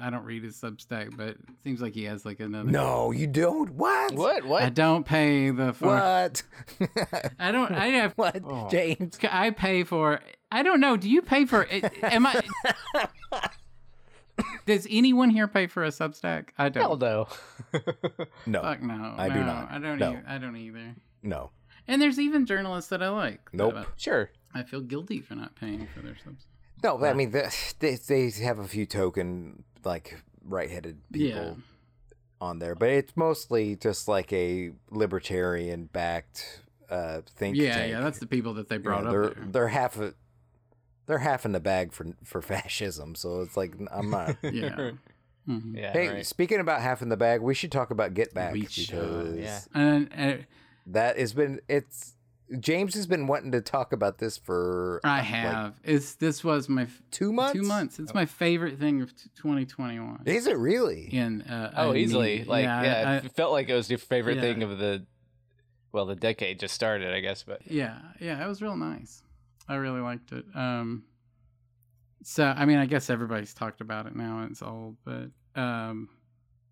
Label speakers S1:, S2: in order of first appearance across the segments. S1: I don't read his Substack, but it seems like he has like another.
S2: No, you don't. What?
S3: What?
S1: I
S3: What?
S1: don't pay the for.
S2: What?
S1: I don't. I have.
S2: what? James?
S1: I pay for. I don't know. Do you pay for? Am I? does anyone here pay for a Substack? I don't.
S3: Hell no.
S2: No.
S1: Fuck no.
S2: I
S1: no,
S2: do not.
S1: I don't.
S2: No.
S1: e- I don't either.
S2: No.
S1: And there's even journalists that I like. that
S2: Nope.
S3: Sure.
S1: I, I feel guilty for not paying for their subs.
S2: No, but I mean, the, they, they have a few token, like, right headed people
S1: Yeah.
S2: on there, but it's mostly just like a libertarian backed uh, think
S1: Yeah,
S2: tank.
S1: yeah. That's the people that they
S2: You know,
S1: brought
S2: they're
S1: up. There.
S2: they're half a they're half in the bag for for fascism. So it's like I'm not.
S1: Yeah. Mm-hmm.
S3: Yeah.
S2: hey,
S3: right.
S2: speaking about half in the bag, we should talk about Get Back
S1: We
S2: because
S1: should,
S3: yeah.
S1: And, and
S2: that has been it's James has been wanting to talk about this for uh,
S1: I
S2: like,
S1: have. it's this was my f-
S2: two months.
S1: two months.
S3: Oh.
S1: It's my favorite thing of t- 2021.
S2: Is it really?
S1: And uh,
S3: Oh,
S1: I
S3: easily.
S1: need-
S3: Like, yeah,
S1: I-
S3: it felt like it was your favorite
S1: yeah.
S3: thing of the, well, the decade just started, I guess. But
S1: yeah yeah it was real nice i really liked it um so i mean i guess everybody's talked about it now and it's old but um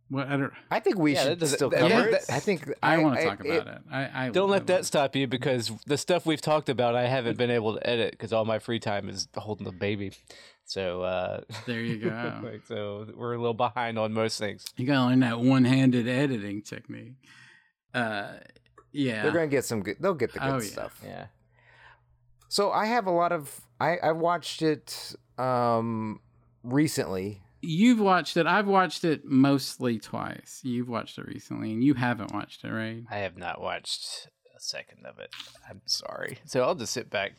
S1: what i don't
S2: I think we
S3: Yeah, that
S2: should
S3: doesn't
S2: still
S3: cover
S2: cover
S1: it.
S2: it. I think
S1: i, want to talk
S2: it-
S1: about it, i i
S3: don't
S1: I
S3: let
S1: love
S3: that
S1: it.
S3: stop you because the stuff we've talked about, I haven't been able to edit because all my free time is holding the baby. So, uh,
S1: there you go
S3: like, so we're a little behind on most things.
S1: you gotta learn that one-handed editing technique uh yeah
S2: They're gonna get some good. They'll get the good
S1: Oh, yeah.
S2: stuff.
S3: Yeah.
S2: So I have a lot of. I I watched it um recently.
S1: you've watched it i've watched it mostly twice you've watched it recently and you haven't watched it right
S3: I have not watched a second of it. I'm sorry. So I'll just sit back.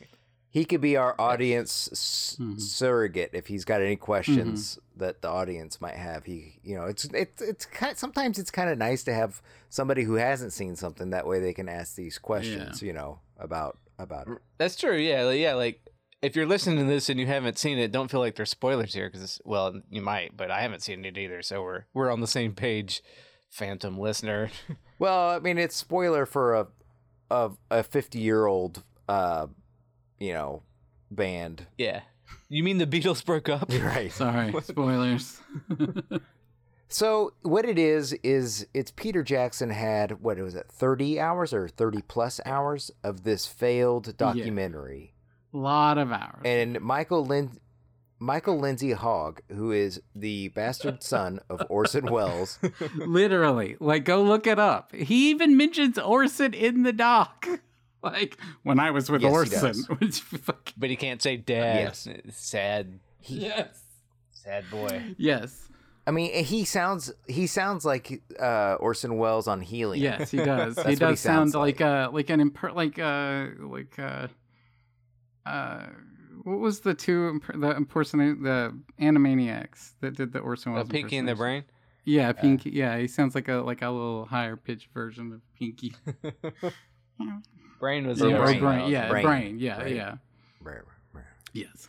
S2: He could be our audience s- surrogate if he's got any questions that the audience might have. He, you know, it's it's it's kind sometimes it's kind of nice to have somebody who hasn't seen something that way they can ask these questions. You know about about it.
S3: That's true. Yeah. like- Yeah. Like if you're listening to this and you haven't seen it, don't feel like there's spoilers here because, well, you might, but I haven't seen it either. So we're, we're on the same page, phantom listener.
S2: Well, I mean, it's spoiler for a of a fifty year old uh, you know, band.
S3: yeah. You mean the Beatles broke up?
S2: Right.
S1: sorry spoilers
S2: So what it is is it's Peter Jackson had what was it thirty hours or thirty plus hours of this failed documentary,
S1: lot of hours
S2: and Michael Lin- Michael Lindsay Hogg, who is the bastard son of Orson Welles,
S1: Literally. Like, go look it up. He even mentions Orson in the doc. Like, when I was with
S2: Yes, he
S1: Orson.
S2: does.
S1: Which fuck-
S3: But he can't say dad.
S2: Yes.
S3: Sad,
S1: yes.
S3: sad boy.
S1: Yes.
S2: I mean he sounds he sounds like uh, Orson Welles on Helium.
S1: Yes, he does.
S2: That's
S1: he
S2: what
S1: does
S2: he
S1: sound
S2: sounds
S1: like uh like an imper like uh like uh uh what was the two imp- the impersonate the animaniacs that did the Orson
S3: A
S1: Welles?
S3: pinky in the
S1: impersonation?
S3: brain.
S1: Yeah, Pinky. Yeah, he sounds like a like a little higher pitched version of Pinky.
S3: Brain was
S1: Yeah,
S3: in
S1: or
S2: brain.
S1: brain. Yeah, brain.
S2: Brain.
S1: Yeah,
S2: Brain.
S1: yeah.
S2: Right, right, right.
S1: Yes.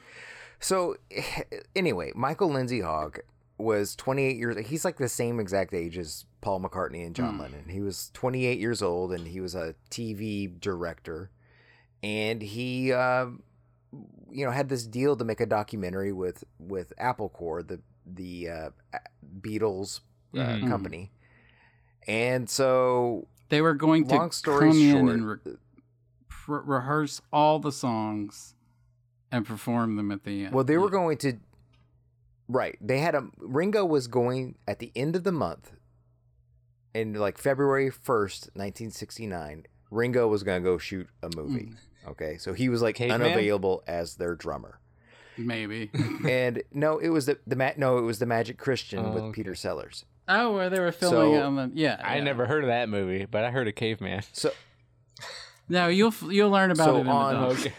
S2: So anyway, Michael Lindsay Hogg was 28 years. He's like the same exact age as Paul McCartney and
S1: Hmm.
S2: John Lennon. He was 28 years old, and he was a TV director, and he, uh, you know, had this deal to make a documentary with with Apple Corps, the the uh, Beatles uh,
S3: Mm-hmm.
S1: Mm-hmm.
S2: company. And so
S1: They were going to
S2: Long story
S1: come
S2: short-
S1: in and re- pre- rehearse all the songs and perform them at the end.
S2: Well, they were going to. Right. They had a. Ringo was going at the end of the month, in like February 1st, 1969. Ringo was going to go shoot a
S1: Mm,
S2: movie. Okay. So he was like
S3: Mm. Caveman?
S2: unavailable as their drummer.
S1: maybe.
S2: And no, it was the, the ma- no, it was the Magic Christian
S3: Oh,
S2: with
S3: okay.
S2: Peter Sellers.
S1: oh, where they were filming
S2: So-
S1: on the yeah.
S3: I
S1: yeah.
S3: never heard of that movie, but I heard of Caveman.
S2: So
S1: No, you'll f- you'll learn about
S2: So
S1: it in
S2: on-
S1: the doc.
S3: Okay.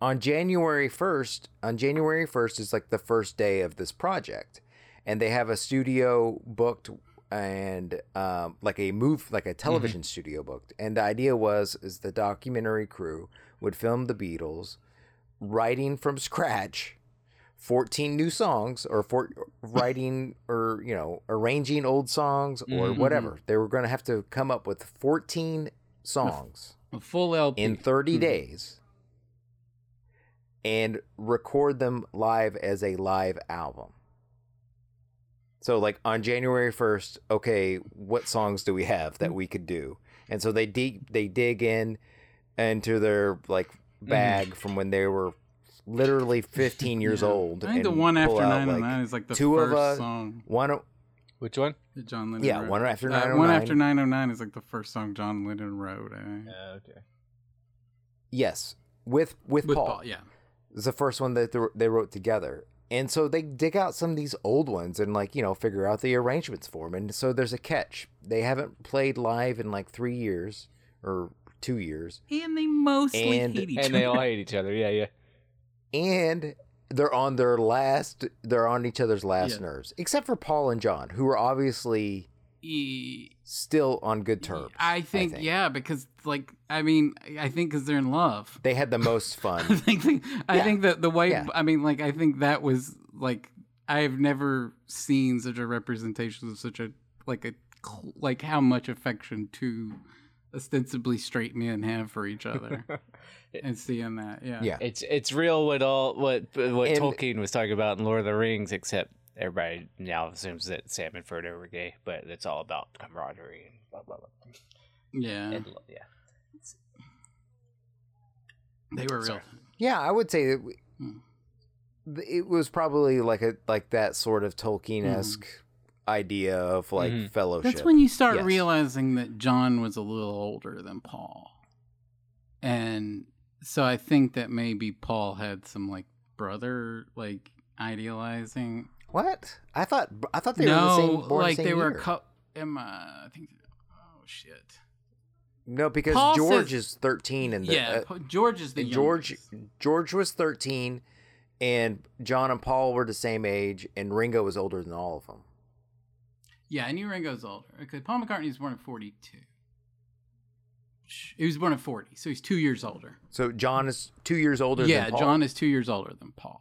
S2: on January 1st, on January 1st is like the first day of this project. And they have a studio booked and um, like a move, like a television studio booked. And the idea was is the documentary crew would film the Beatles writing from scratch 14 new songs or for, writing or, you know, arranging old songs or whatever. They were going to have to come up with 14 songs
S1: A full LP.
S2: in 30 days and record them live as a live album. So like on January 1st, okay, what songs do we have that we could do? And so they dig they dig in into their like
S1: Hmm.
S2: bag from when they were literally 15 years
S1: Yeah.
S2: old.
S1: I think the
S2: and
S1: one
S2: pull
S1: after
S2: out,
S1: nine
S2: like,
S1: and nine is like the
S2: two of
S1: first
S2: us-
S1: song
S2: One oh,
S3: Which one?
S1: that John Lennon.
S2: yeah,
S1: wrote.
S2: one after
S1: Uh,
S2: 909.
S1: one after nine oh nine is like the first song John Lennon wrote. eh? I think.
S3: Uh, okay.
S2: Yes. With with,
S1: With
S2: Paul.
S1: Paul, yeah.
S2: is the first one that they- they wrote together. And so they dig out some of these old ones and like, you know, figure out the arrangements for them. And so there's a catch. They haven't played live in like 3 years or 2 years.
S1: And they mostly
S2: And-
S1: hate each
S3: And
S1: other.
S3: they all hate each other. Yeah, yeah.
S2: And they're on their last they're on each other's last
S1: Yeah.
S2: nerves, except for Paul and John, who are obviously
S1: E-
S2: still on good terms.
S1: I think,
S2: think.
S1: yeah, because like I mean, I think because they're in love.
S2: They had the most
S1: I
S2: fun.
S1: think the, I
S2: Yeah.
S1: think that the white.
S2: Yeah.
S1: I mean, like I think that was like I've never seen such a representation of such a like a cl- like how much affection two ostensibly straight men have for each other, and seeing that, yeah,
S2: Yeah.
S3: It's it's real what all what what
S2: And-
S3: Tolkien was talking about in Lord of the Rings, except everybody now assumes that Sam and Frodo were gay, but it's all about camaraderie and blah blah blah.
S1: yeah,
S3: And lo- yeah.
S1: they were real.
S3: Sorry.
S2: Yeah, I would say that we,
S1: Hmm.
S2: th- it was probably like a like that sort of Tolkien esque idea of like
S1: Mm-hmm.
S3: Mhm.
S2: fellowship.
S1: Hmm. That's when you start
S2: Oh, Yes.
S1: realizing that John was a little older than Paul. And so I think that maybe Paul had some like brother like idealizing.
S2: what I thought I thought they
S1: no,
S2: were the same. Born
S1: like
S2: same
S1: they were
S2: year.
S1: a couple. Emma, I think. Oh shit.
S2: No, because
S1: Paul
S2: George
S1: says-
S2: is thirteen, and the,
S1: yeah,
S2: uh,
S1: Pa- George is the
S2: George
S1: youngest.
S2: George was thirteen, and John and Paul were the same age, and Ringo was older than all of them.
S1: Yeah, I knew Ringo's older. Okay, Paul McCartney was born at forty-two. Sh- He was born at forty, so he's two years older.
S2: So John is two years older.
S1: yeah,
S2: than Paul.
S1: John is two years older than Paul.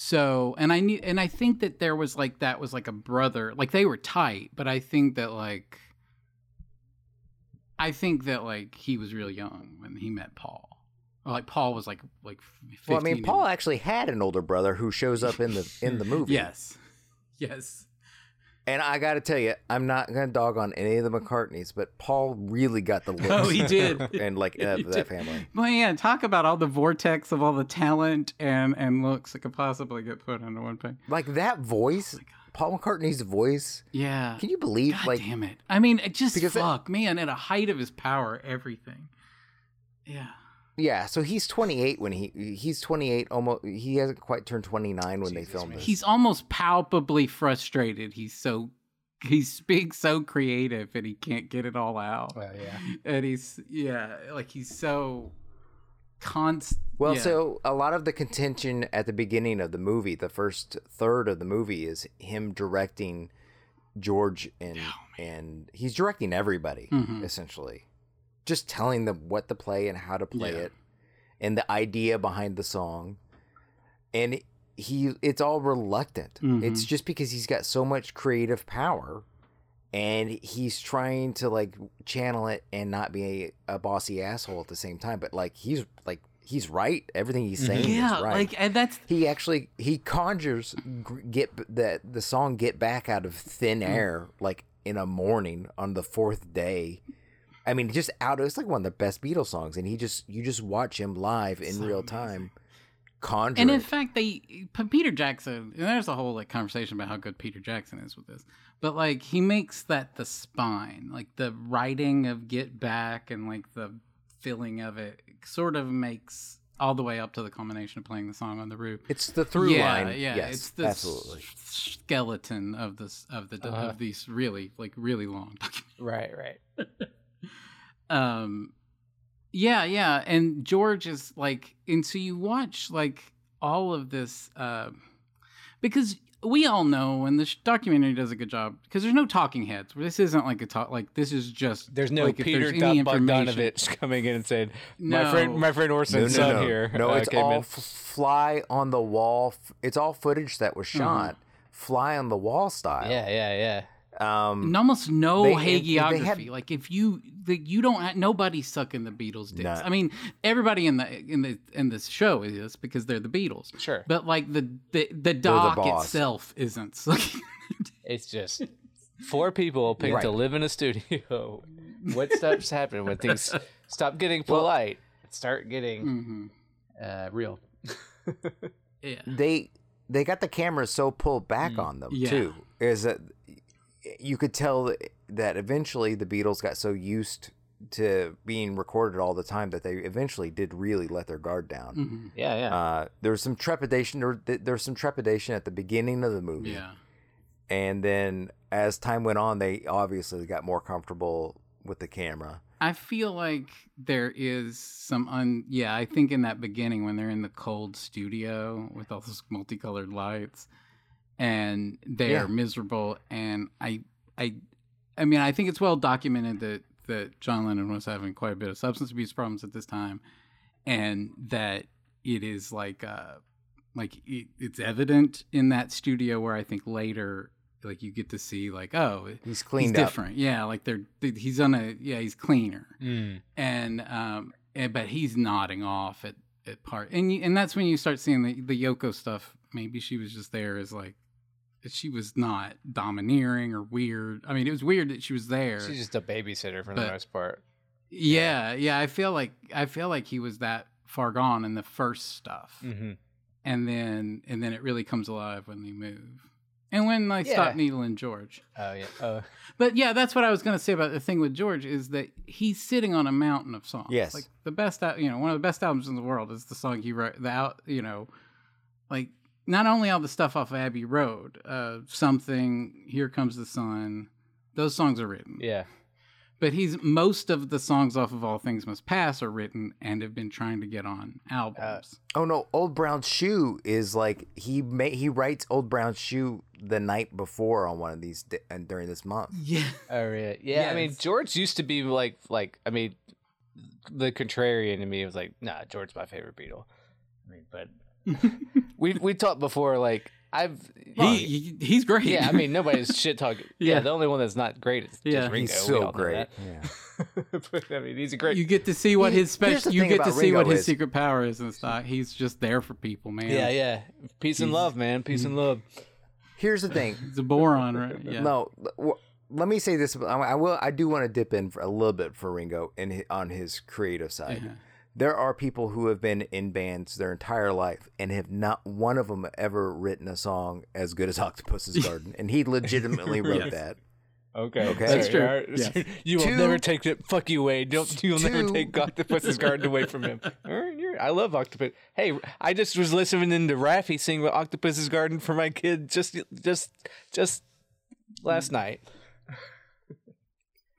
S1: So, and I knew, and I think that there was like that was like a brother, like they were tight, but I think that like, I think that like he was real young when he met Paul. Or like Paul was like like. 15
S2: Well, I mean,
S1: and-
S2: Paul actually had an older brother who shows up in the in the movie.
S1: Yes, yes.
S2: And I got to tell you, I'm not going to dog on any of the McCartneys, but Paul really got the looks.
S1: Oh, he did.
S2: and like uh,
S1: He
S2: that
S1: did.
S2: family.
S1: Man, talk about all the vortex of all the talent and and looks that could possibly get put into one thing.
S2: Like that voice, Paul McCartney's voice.
S1: Yeah.
S2: Can you believe
S1: God
S2: like
S1: damn it! I mean, it just
S2: Because it-
S1: fuck, man. At a height of his power, everything. Yeah,
S2: yeah, so he's 28 when he he's 28 almost he hasn't quite turned 29 when they
S3: Jesus,
S2: filmed
S3: man.
S2: this.
S1: he's almost palpably frustrated. He's so he's being so creative, and he can't get it all out.
S2: Oh,
S3: Well, yeah.
S1: And he's yeah, like he's so constant.
S2: Well, so a lot of the contention at the beginning of the movie, the first third of the movie, is him directing George and
S1: Oh,
S2: and he's directing everybody
S1: Mhm.
S2: essentially, just telling them what to play and how to play
S1: Yeah.
S2: it, and the idea behind the song, and he it's all reluctant. It's just because he's got so much creative power. And he's trying to like channel it and not be a, a bossy asshole at the same time. But like he's like he's right. Everything he's saying
S1: yeah,
S2: is right.
S1: like and that's
S2: he actually he conjures gr- get b- the the song "Get Back" out of thin
S1: Mm.
S2: air, like in a morning on the fourth day. I mean, just out. of It's like one of the best Beatles songs, and he just you just watch him live in
S1: So
S2: real
S1: amazing.
S2: time. Conjure
S1: And in
S2: it.
S1: fact, they P- Peter Jackson. And there's a whole like conversation about how good Peter Jackson is with this, but like he makes that the spine, like the writing of Get Back and like the feeling of it, sort of makes all the way up to the culmination of playing the song on the roof.
S2: It's the through
S1: yeah,
S2: line.
S1: yeah,
S2: yes,
S1: it's the s-
S2: absolutely.
S1: skeleton of this of the
S3: Uh-huh.
S1: of these really like really long documents.
S3: Right, right.
S1: um yeah yeah and george is like and so you watch like all of this uh, because we all know and this documentary does a good job because there's no talking heads this isn't like a talk like this is just
S3: There's no
S1: like, if
S3: Peter
S1: there's any
S3: Dot
S1: information-
S3: Bogdanovich coming in and saying,
S1: No.
S3: "My friend, my friend Orson's
S2: no,
S3: son
S2: no.
S3: here."
S2: No,
S3: uh,
S2: it's
S3: came
S2: all
S3: in."
S2: f- fly on the wall. f- It's all footage that was
S1: Mm-hmm.
S2: shot, fly on the wall style.
S3: yeah, yeah, yeah.
S2: Um,
S1: and almost no
S2: They- and- they had-
S1: hagiography. like if you like you don't ha- nobody's sucking the Beatles' dicks.
S2: Nah.
S1: I mean, everybody in the in the in this show is because they're the Beatles.
S3: Sure.
S1: But like the the, the doc
S2: boss.
S1: itself isn't sucking.
S3: It's just four people picked
S2: Right.
S3: to live in a studio. What stops happening when things stop getting polite? and Start getting
S1: hmm
S3: uh, real.
S1: Yeah.
S2: they they got the cameras so pulled back
S3: Mm,
S2: on them
S1: yeah.
S2: too is that you could tell that eventually the beatles got so used to being recorded all the time that they eventually did really let their guard down
S1: hmm
S3: Yeah, yeah.
S2: uh, there was some trepidation there, there was some trepidation at the beginning of the movie
S1: Yeah.
S2: and then as time went on they obviously got more comfortable with the camera
S1: I feel like there is some un. Yeah, I think in that beginning when they're in the cold studio with all those multicolored lights, and they
S2: Yeah.
S1: are miserable. And I, I, I mean, I think it's well documented that that John Lennon was having quite a bit of substance abuse problems at this time, and that it is like uh like it, it's evident in that studio where I think later like you get to see like oh
S2: he's cleaned
S1: he's
S2: up
S1: different. Yeah, like they're he's on a yeah he's cleaner and um and, but he's nodding off at at part and you, and that's when you start seeing the the Yoko stuff. Maybe she was just there as like she was not domineering or weird. I mean, it was weird that she was there.
S3: She's just a babysitter for
S1: But-
S3: the most part.
S1: yeah, yeah. I feel like I feel like he was that far gone in the first stuff,
S3: Mm-hmm.
S1: and then and then it really comes alive when they move. And when I
S3: Yeah.
S1: stop needling George.
S3: Oh yeah. Oh,
S1: But yeah, that's what I was going to say about the thing with George is that he's sitting on a mountain of songs.
S2: Yes.
S1: like the best, al- you know, one of the best albums in the world is the song he wrote. The out, you know, like not only all the stuff off Abbey Road, uh, something, here comes the sun. Those songs are written.
S3: yeah.
S1: But he's most of the songs off of All Things Must Pass are written and have been trying to get on albums.
S3: Uh,
S2: Oh no, Old Brown Shoe is like he may he writes Old Brown Shoe the night before on one of these d- and during this month.
S1: yeah.
S3: Oh yeah. Yeah. I mean,
S1: Yes.
S3: George used to be like like I mean, the contrarian to me was like, nah, George's my favorite Beatle. I mean, but we we talked before. Like I've
S1: He, he- he's great.
S3: yeah. I mean, nobody's shit talking. Yeah.
S1: Yeah.
S3: The only one that's not great is
S1: Yeah.
S3: just Ringo.
S2: He's
S3: We all
S2: so
S3: know
S2: great.
S3: that.
S2: Yeah.
S3: but, I mean, he's a great.
S1: you get to see what
S2: He-
S1: his
S2: here's
S1: special
S2: the
S1: you
S2: thing
S1: get
S2: about
S1: to see what
S2: Ringo
S1: his
S2: is-
S1: secret power is and stuff he's just there for people man
S3: yeah, yeah. Peace
S1: He's-
S3: and
S1: Mm-hmm.
S3: love, man. Peace and love.
S2: Here's the thing.
S1: he's a boron right yeah
S2: No, l- w- let me say this. I- I will. I do want to dip in for a little bit for Ringo and hi- on his creative side.
S1: Yeah.
S2: There are people who have been in bands their entire life and have not one of them ever written a song as good as Octopus's Garden, and he legitimately wrote
S1: Yes.
S2: that.
S3: Okay,
S2: Okay. That's
S1: true.
S3: all right.
S1: Yes.
S3: You will
S2: Two-
S3: never take it. Fuck you away. Don't you'll never
S2: Two-
S3: take Octopus's garden away from him. All right, you're- I love Octopus. Hey, I just was listening to Raffy sing Octopus's Garden for my kid just just just last night.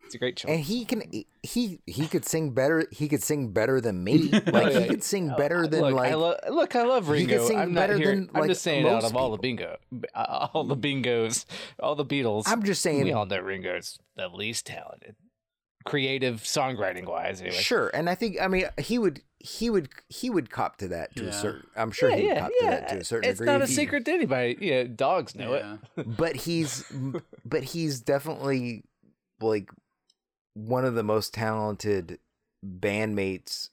S3: It's a great choice.
S2: and he can he he could sing better he could sing better than me like
S3: yeah.
S2: he could sing better than
S3: look,
S2: like
S3: I lo- look, I love
S2: he could
S3: Ringo.
S2: sing
S3: I'm not
S2: better
S3: here.
S2: than,
S3: I'm
S2: like,
S3: just saying out
S2: most
S3: of all the bingo, uh, all the bingos, all the Beatles.
S2: i'm just saying
S3: we all know Ringo's the least talented, creative songwriting wise. Anyway.
S2: sure and i think i mean he would he would he would cop to that to a
S1: Yeah.
S2: certain i'm sure he'd cop to that to a certain
S3: it's
S2: degree
S3: not a
S2: if he-
S3: secret to anybody. Yeah, dogs know
S1: Yeah.
S2: but he's but he's definitely like one of the most talented bandmates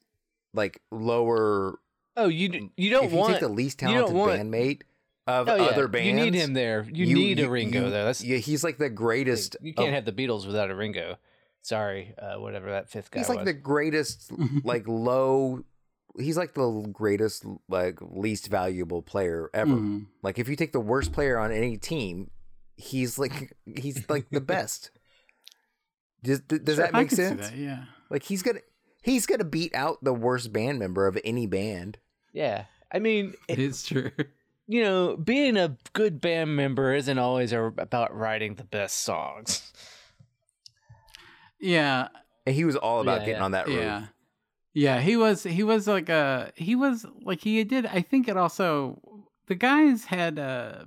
S2: like lower
S3: it. Oh, you d- you don't
S2: Mm. if
S3: want
S2: you take the least
S3: you don't
S2: talented
S3: want-
S2: bandmate of
S3: oh, yeah,
S2: other bands
S3: You need him there. You,
S2: you-
S3: need a
S2: you-
S3: Ringo
S2: you- Oh.
S3: though. That's
S2: yeah he's like the greatest
S3: you
S2: of
S3: can't have the Beatles without a Ringo. Sorry, uh, whatever that fifth guy
S2: he's like
S3: was.
S2: the greatest like low he's like the greatest like least valuable player ever
S1: Mhm.
S2: like if you take the worst player on any team he's like he's like the best does, th- does that
S1: I
S2: make
S1: could see
S2: sense
S1: that, yeah
S2: like he's gonna he's gonna beat out the worst band member of any band
S3: yeah. I mean,
S1: it is true
S3: you know, being a good band member isn't always a, about writing the best songs.
S1: yeah
S2: and he was all about
S3: Yeah,
S2: getting
S3: yeah.
S2: on that roof
S1: yeah yeah he was he was like a he was like he did i think it also the guys had uh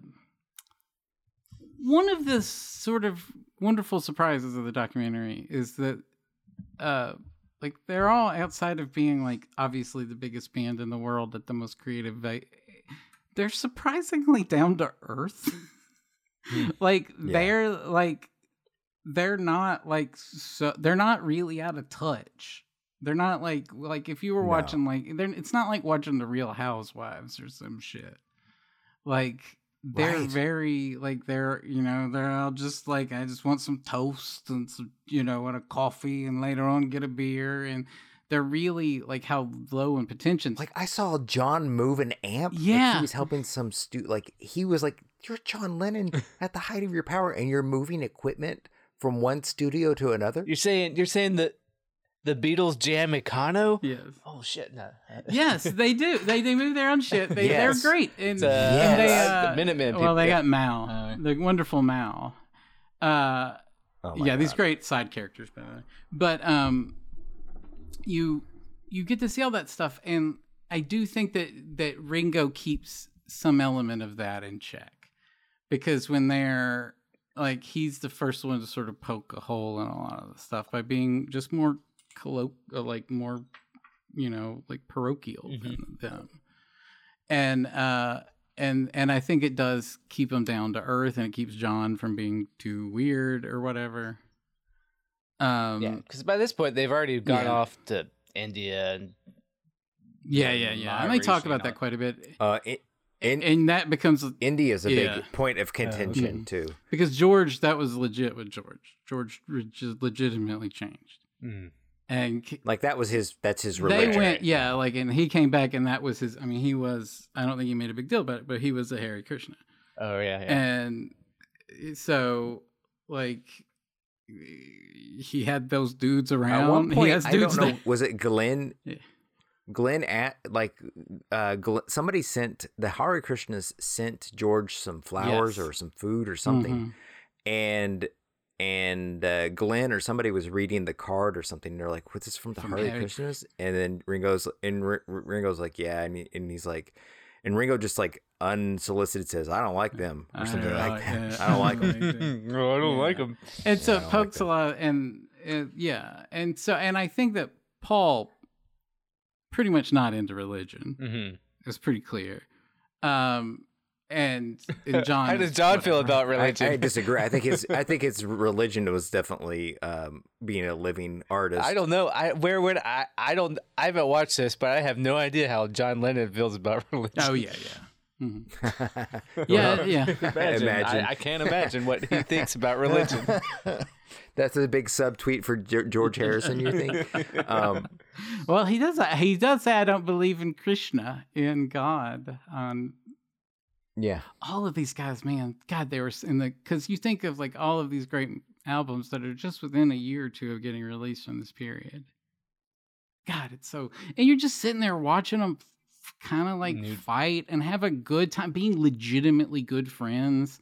S1: one of the sort of wonderful surprises of the documentary is that uh like they're all outside of being like obviously the biggest band in the world at the most creative va- they're surprisingly down to earth like
S2: Hmm. Yeah.
S1: they're like they're not like so they're not really out of touch they're not like like if you were
S2: No.
S1: watching like they're, it's not like watching the real housewives or some shit like they're
S2: Right.
S1: very like they're you know they're all just like I just want some toast and some you know and a coffee and later on get a beer and they're really like how low in potential.
S2: Like I saw John move an amp. like,
S1: Yeah.
S2: he was helping some stu. Like he was like, "You're John Lennon at the height of your power, and you're moving equipment from one studio to another."
S3: You're saying you're saying that the Beatles jam Econo?
S1: yes.
S3: Oh shit, no.
S1: yes, they do. They they move their own shit. They
S2: Yes.
S1: they're great. And,
S3: It's, uh,
S2: Yes.
S1: and they,
S3: uh,
S1: uh,
S3: the Minutemen people.
S1: well, they
S3: yeah.
S1: got Mal,
S3: Uh,
S1: the wonderful Mal. Uh,
S2: Oh my
S1: yeah, these
S2: God.
S1: great side characters, by the way. But um, you you get to see all that stuff, and I do think that that Ringo keeps some element of that in check, because when they're like he's the first one to sort of poke a hole in a lot of the stuff by being just more colloquial, like more you know like parochial than them, and uh and and I think it does keep him down to earth, and it keeps John from being too weird or whatever. Um,
S3: yeah, because by this point they've already gone
S1: Yeah.
S3: off to India and
S1: yeah, yeah, yeah. And they talk about that quite a bit,
S2: Uh, in, in,
S1: and that becomes
S2: India is a
S1: Yeah.
S2: big point of contention too.
S1: because George, that was legit with George. George reg- legitimately changed,
S3: Mm.
S1: and c-
S2: Like that was his. That's his
S1: they
S2: religion.
S1: went, yeah, like, and he came back, and that was his. I mean, he was. I don't think he made a big deal about it, but he was a Harry Krishna.
S3: Oh yeah, yeah.
S1: and eh, so like he had those dudes around.
S2: At one
S1: he
S2: point,
S1: has
S2: I
S1: dudes
S2: don't know.
S1: that-
S2: Was it Glenn?
S1: Yeah.
S2: Glenn at like uh, Gl somebody sent the Hare Krishnas sent George some flowers
S1: Yes.
S2: or some food or something,
S3: Mm-hmm.
S2: and and uh, Glenn or somebody was reading the card or something. And they're like, "What's this from the
S1: From
S2: Hare
S1: Hare
S2: Krishnas?" And then Ringo's and R- Ringo's like, "Yeah," and, he, and he's like, and Ringo just like unsolicited says, "I don't like them" or
S1: I
S2: something
S1: don't
S2: like
S1: like
S2: that.
S1: that.
S2: I don't like them.
S3: no, I don't
S1: Yeah.
S3: like them.
S1: And so
S2: Yeah, I
S1: it
S2: don't like
S1: pokes
S2: that.
S1: a lot, and uh, yeah, and so and I think that Paul pretty much not into religion.
S3: Mm-hmm.
S1: It's pretty clear. Um, and, and John,
S3: How does
S1: is
S3: John feel
S1: whatever.
S3: about
S2: I,
S3: religion?
S2: I disagree. I think his I think his religion was definitely um, being a living artist.
S3: I don't know. I where would I? I don't. I haven't watched this, but I have no idea how John Lennon feels about religion.
S1: Oh yeah, yeah, Mhm. yeah,
S2: Well,
S1: yeah.
S3: imagine.
S2: Imagine.
S3: I, I can't imagine what he thinks about religion.
S2: That's a big subtweet for Ge- George Harrison. You think? Um,
S1: Well, he does. He does say, "I don't believe in Krishna, in God." On
S2: yeah,
S1: all of these guys, man, God, they were s- in the because you think of like all of these great albums that are just within a year or two of getting released from this period. God, it's so, and you're just sitting there watching them kind of like
S3: Nude.
S1: fight and have a good time, being legitimately good friends.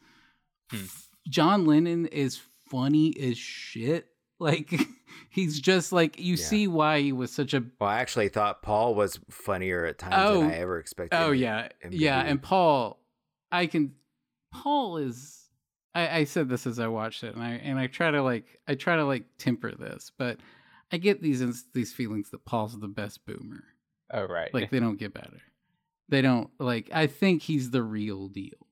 S3: Hmm.
S1: John Lennon is funny as shit. Like he's just like you
S2: Yeah.
S1: see why he was such a
S2: Well, I actually thought Paul was funnier at times
S1: Oh.
S2: than I ever expected.
S1: Oh
S2: him-
S1: yeah,
S2: him to
S1: yeah.
S2: be.
S1: And Paul, I can. Paul is. I, I said this as I watched it, and I and I try to like I try to like temper this, but I get these ins- these feelings that Paul's the best boomer.
S3: oh right.
S1: Like they don't get better. They don't like. I think he's the real deal,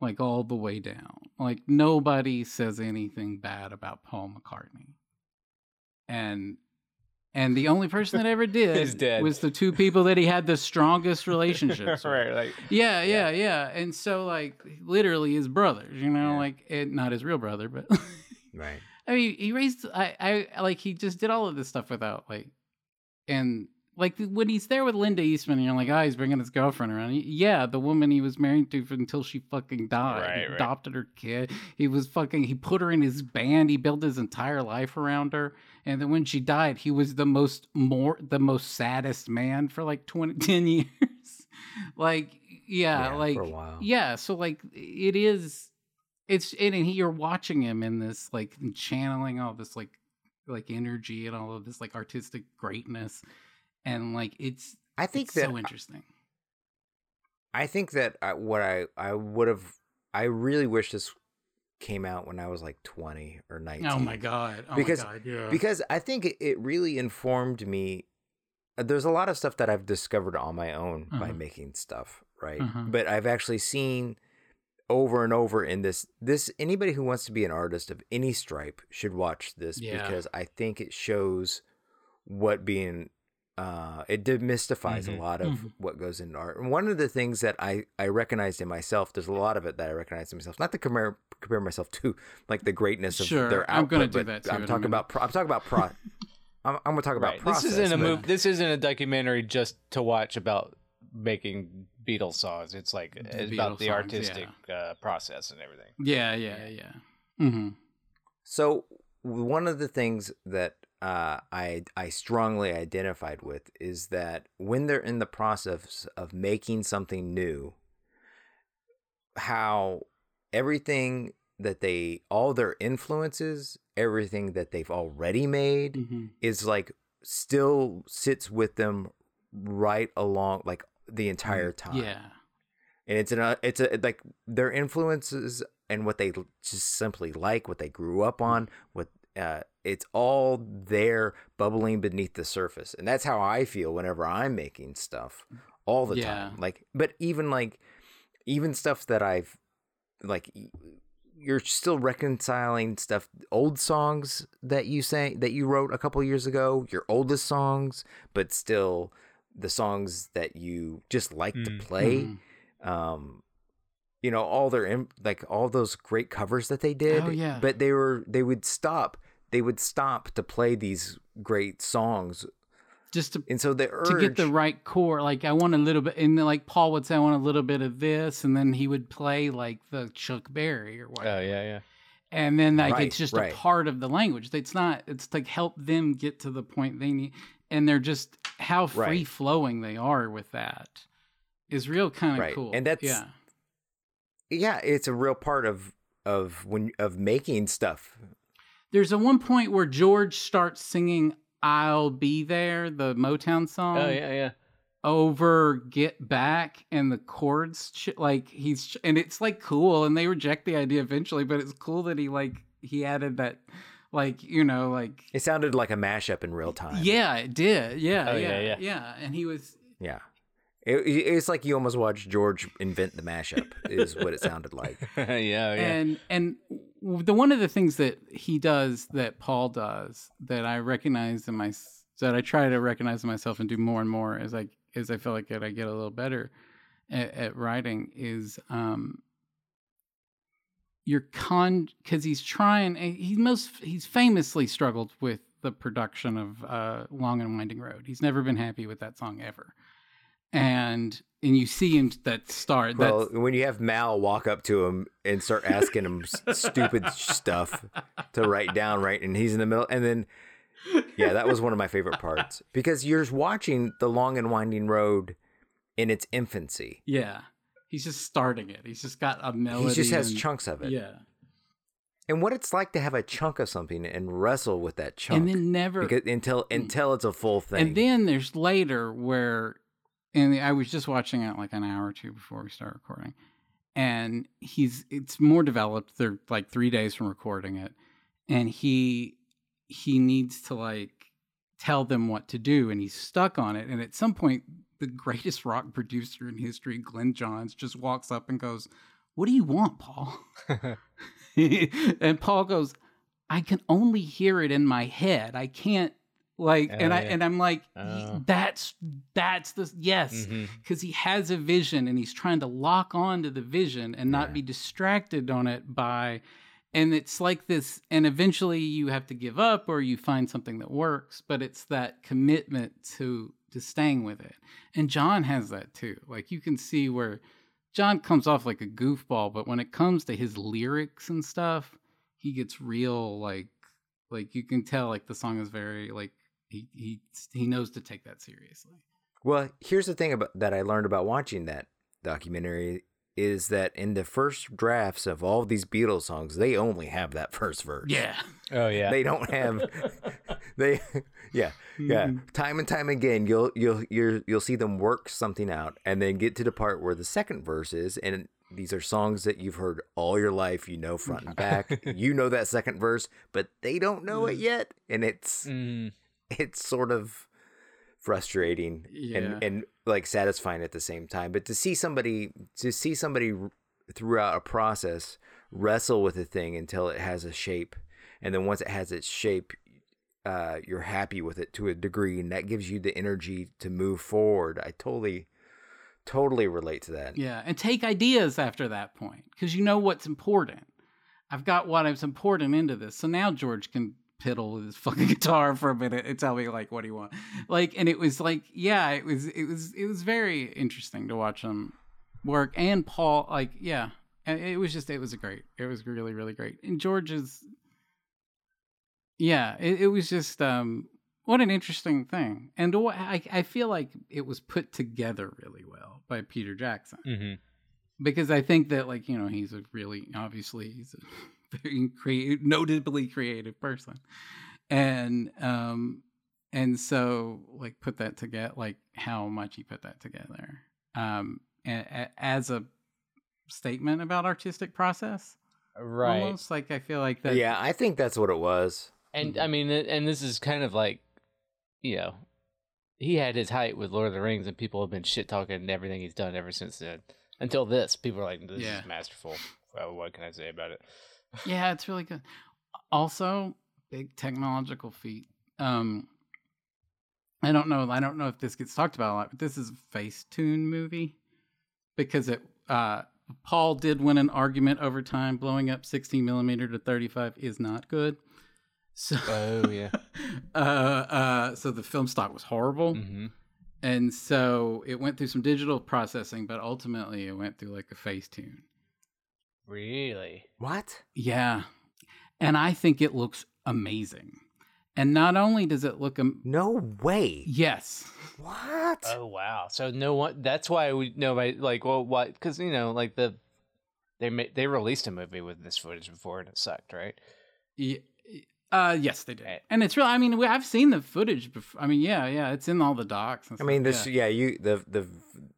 S1: like all the way down. Like nobody says anything bad about Paul McCartney, and and the only person that ever
S3: Is
S1: did
S3: dead.
S1: was the two people that he had the strongest relationships. with.
S3: right. Like
S1: Yeah, yeah,
S3: Yeah.
S1: yeah. And so like literally his brothers, you know,
S2: Yeah.
S1: like it, not his real brother, but
S2: right.
S1: I mean, he raised I I like he just did all of this stuff without like and like when he's there with Linda Eastman and you're like, "Oh, he's bringing his girlfriend around." Yeah, the woman he was married to for, until she fucking died.
S3: Right,
S1: he
S3: right.
S1: adopted her kid. He was fucking he put her in his band. He built his entire life around her. And then when she died, he was the most more the most saddest man for like 20 10 years. like yeah,
S2: Yeah,
S1: like
S2: for a while.
S1: yeah, so like it is it's and he- you're watching him in this like channeling all this like like energy and all of this like artistic greatness and like it's
S2: I think
S1: it's
S2: that
S1: so interesting.
S2: I think that I, what I I would have I really wish this came out when I was like twenty or nineteen.
S1: Oh my god. Oh
S2: Because-
S1: my god, yeah.
S2: because I think it- it really informed me. uh, There's a lot of stuff that I've discovered on my own by
S1: Uh-huh.
S2: making stuff, right?
S1: Uh-huh.
S2: But I've actually seen over and over in this this anybody who wants to be an artist of any stripe should watch this
S1: Yeah.
S2: because I think it shows what being uh, it demystifies
S3: Mhm.
S2: a lot of
S1: Mhm.
S2: what goes into art. And one of the things that I, I recognized in myself, there's a lot of it that I recognized in myself. Not to compare compare myself to like the greatness of
S1: Sure,
S2: their output.
S1: I'm gonna do
S2: but
S1: that too in
S2: I'm
S1: a
S2: talking
S1: minute.
S2: about. Pro, I'm talking about pro. I'm, I'm gonna talk about
S3: Right.
S2: process.
S3: this isn't a
S2: but-
S3: move. This isn't a documentary just to watch about making Beatles songs. It's like
S1: The
S3: it's about
S1: Beatles
S3: the
S1: songs,
S3: artistic uh, process and everything.
S1: Yeah, yeah, yeah. Mm-hmm.
S2: So one of the things that uh, I I strongly identified with is that when they're in the process of making something new, how everything that they all their influences, everything that they've already made
S1: Mm-hmm.
S2: is like still sits with them right along like the entire time
S1: Mm, Yeah.
S2: and it's an uh, it's a like their influences and what they just simply like what they grew up on what uh it's all there bubbling beneath the surface and that's how i feel whenever i'm making stuff all the
S1: Yeah.
S2: time like but even like even stuff that i've like y- you're still reconciling stuff old songs that you sang that you wrote a couple years ago your oldest songs but still the songs that you just like
S3: Mm.
S2: to play
S1: Mhm.
S2: um you know all their im- like all those great covers that they did
S1: Oh, yeah.
S2: but they were they would stop they would stop to play these great songs
S1: Just to
S2: and so the urge
S1: to get the right core. Like I want a little bit, and then, like Paul would say, I want a little bit of this, and then he would play like the Chuck Berry or whatever.
S3: Oh yeah, yeah.
S1: and then like
S2: Right,
S1: it's just
S2: right.
S1: a part of the language. It's not. It's like help them get to the point they need, and they're just how free
S2: Right.
S1: flowing they are with that is real kind of
S2: Right,
S1: cool.
S2: and that's-
S1: yeah,
S2: yeah it's a real part of of when of making stuff
S1: There's a one point where George starts singing "I'll Be There," the Motown song.
S3: oh yeah, yeah.
S1: Over "Get Back" and the chords ch- like he's ch- and it's like cool, and they reject the idea eventually, but it's cool that he like he added that like you know like
S2: it sounded like a mashup in real time
S1: yeah it did yeah
S3: Oh,
S1: yeah,
S3: yeah,
S1: yeah
S3: yeah.
S1: and he was
S2: yeah it, it's like you almost watched george invent the mashup is what it sounded like
S3: yeah, Oh, yeah.
S1: and and w- the one of the things that he does that Paul does that I recognize in my that I try to recognize in myself and do more and more as I as I feel like it, I get a little better at, at writing is um your con because he's trying he's most he's famously struggled with the production of uh long and winding road he's never been happy with that song ever and and you see him that start that's-
S2: well when you have mal walk up to him and start asking him s- stupid stuff to write down right and he's in the middle and then yeah that was one of my favorite parts because you're watching the long and winding road in its infancy
S1: Yeah. He's just starting it. He's just got a melody.
S2: he just has
S1: and-
S2: chunks of it
S1: Yeah.
S2: and what it's like to have a chunk of something and wrestle with that chunk
S1: And then never.
S2: because, until until it's a full thing
S1: and then there's later where, and I was just watching it like an hour or two before we start recording, and he's it's more developed. They're like three days from recording it, and he he needs to like tell them what to do, and he's stuck on it. And at some point, the greatest rock producer in history, Glenn Johns, just walks up and goes, "What do you want, Paul?" and Paul goes, I can only hear it in my head. I can't like
S3: Oh,
S1: and I
S3: yeah.
S1: and I'm like y-
S3: Oh.
S1: that's that's the yes
S3: Mhm.
S1: cuz he has a vision and he's trying to lock on to the vision and not
S2: Yeah.
S1: be distracted on it by and it's like this and eventually you have to give up or you find something that works but it's that commitment to to staying with it and John has that too like you can see where John comes off like a goofball, but when it comes to his lyrics and stuff, he gets real like like you can tell like the song is very like he he he knows to take that seriously.
S2: Well, here's the thing about that I learned about watching that documentary is that in the first drafts of all these Beatles songs, they only have that first verse.
S1: Yeah.
S3: Oh yeah.
S2: They don't have they yeah, yeah. Time and time again you'll you'll you'll you'll see them work something out and then get to the part where the second verse is and these are songs that you've heard all your life, you know front and back. you know that second verse, but they don't know it yet and it's
S3: Mm.
S2: it's sort of frustrating
S1: Yeah.
S2: and and like satisfying at the same time but to see somebody to see somebody r- throughout a process wrestle with a thing until it has a shape and then once it has its shape uh, you're happy with it to a degree, and that gives you the energy to move forward. I totally, totally relate to that.
S1: Yeah, and take ideas after that point because you know what's important. I've got what is important into this, so now George can piddle with his fucking guitar for a minute and tell me like what do you want, like. And it was like, yeah, it was, it was, it was very interesting to watch him work. And Paul, like, yeah, and it was just, it was great. It was really, really great. And George is, yeah, it, it was just, um, what an interesting thing. And wh- I, I feel like it was put together really well by Peter Jackson
S3: Mm-hmm.
S1: because I think that like you know he's a really obviously he's a very creative, notably creative person, and um and so like put that together like how much he put that together um a- a- as a statement about artistic process
S3: Right.
S1: almost like I feel like that
S2: yeah, I think that's what it was.
S3: And I mean, th- and this is kind of like, you know, he had his height with Lord of the Rings, and people have been shit talking everything he's done ever since then. Until this, people are like, "This
S1: Yeah.
S3: is masterful." Well, what can I say about it?
S1: Yeah, it's really good. Also, big technological feat. Um I don't know. I don't know if this gets talked about a lot, but this is a Facetune movie because it uh Paul did win an argument over time. Blowing up 16 millimeter to 35 is not good. So,
S3: Oh yeah.
S1: uh, uh, so the film stock was horrible
S3: mm-hmm.
S1: and so it went through some digital processing, but ultimately it went through like a Facetune.
S3: Really?
S2: What?
S1: Yeah. And I think it looks amazing. And not only does it look am-
S2: No way.
S1: yes.
S2: What?
S3: Oh wow! So no one. That's why we nobody like. Well, why? Because you know, like the they ma- they released a movie with this footage before and it sucked, right?
S1: Y- Uh yes, they did.
S2: Eh.
S3: Right.
S1: And it's real I mean, we, I've seen the footage before. I mean, yeah, yeah, it's in all the docs. and
S2: I
S1: stuff,
S2: mean, this.
S1: yeah.
S2: Yeah, you the the